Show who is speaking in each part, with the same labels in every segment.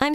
Speaker 1: I'm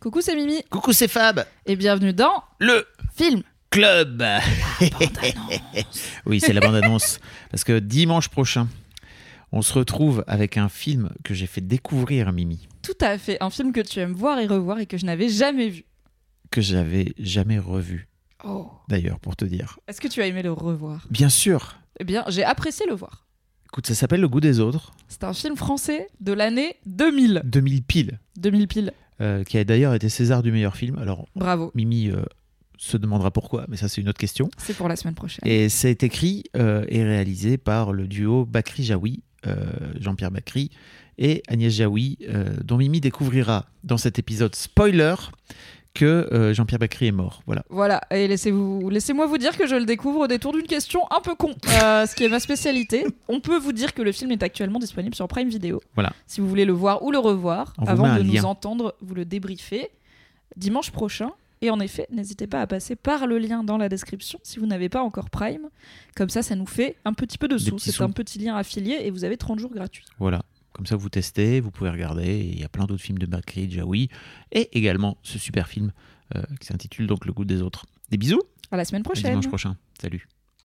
Speaker 2: Coucou, c'est Mimi
Speaker 3: Coucou, c'est Fab.
Speaker 2: et bienvenue dans
Speaker 3: Le
Speaker 2: Film.
Speaker 3: club. oui, c'est la bande-annonce. Parce que dimanche prochain, on se retrouve avec un film que j'ai fait découvrir à Mimi,
Speaker 2: Tout à fait, un film que tu aimes voir et revoir et que je n'avais jamais vu.
Speaker 3: que j'avais jamais revu,
Speaker 2: Oh.
Speaker 3: d'ailleurs, pour te dire.
Speaker 2: Est-ce que tu as aimé le revoir
Speaker 3: Bien sûr.
Speaker 2: Eh bien, j'ai apprécié le voir.
Speaker 3: Écoute, ça s'appelle Le goût des autres,
Speaker 2: C'est un film français de l'année 2000.
Speaker 3: 2000 pile,
Speaker 2: 2000 pile.
Speaker 3: euh, qui a d'ailleurs été César du meilleur film. Alors,
Speaker 2: Bravo.
Speaker 3: Mimi euh, se demandera pourquoi, mais ça, c'est une autre question.
Speaker 2: C'est pour la semaine prochaine.
Speaker 3: Et c'est écrit euh, et réalisé par le duo Bakri Jaoui, euh, Jean-Pierre Bakri et Agnès Jaoui, euh, dont Mimi découvrira dans cet épisode spoiler que euh, Jean-Pierre Bakri est mort. Voilà.
Speaker 2: Voilà, et laissez-vous, laissez-moi vous dire que je le découvre au détour d'une question un peu con, euh, ce qui est ma spécialité. On peut vous dire que le film est actuellement disponible sur Prime Video.
Speaker 3: Voilà.
Speaker 2: Si vous voulez le voir ou le revoir,
Speaker 3: On vous met
Speaker 2: avant
Speaker 3: un
Speaker 2: de nous
Speaker 3: lien.
Speaker 2: entendre, vous le débriefer dimanche prochain. Et en effet, n'hésitez pas à passer par le lien dans la description si vous n'avez pas encore Prime. Comme ça, ça nous fait un petit peu de
Speaker 3: Des
Speaker 2: sous.
Speaker 3: petits
Speaker 2: C'est un
Speaker 3: sous.
Speaker 2: petit lien affilié et vous avez 30 jours gratuits.
Speaker 3: voilà. Comme ça, vous testez, vous pouvez regarder. et Il y a plein d'autres films de Bakri Jaoui et également ce super film euh, qui s'intitule donc Le goût des autres. Des bisous.
Speaker 2: À la semaine
Speaker 3: À
Speaker 2: prochaine.
Speaker 3: dimanche prochain. Salut.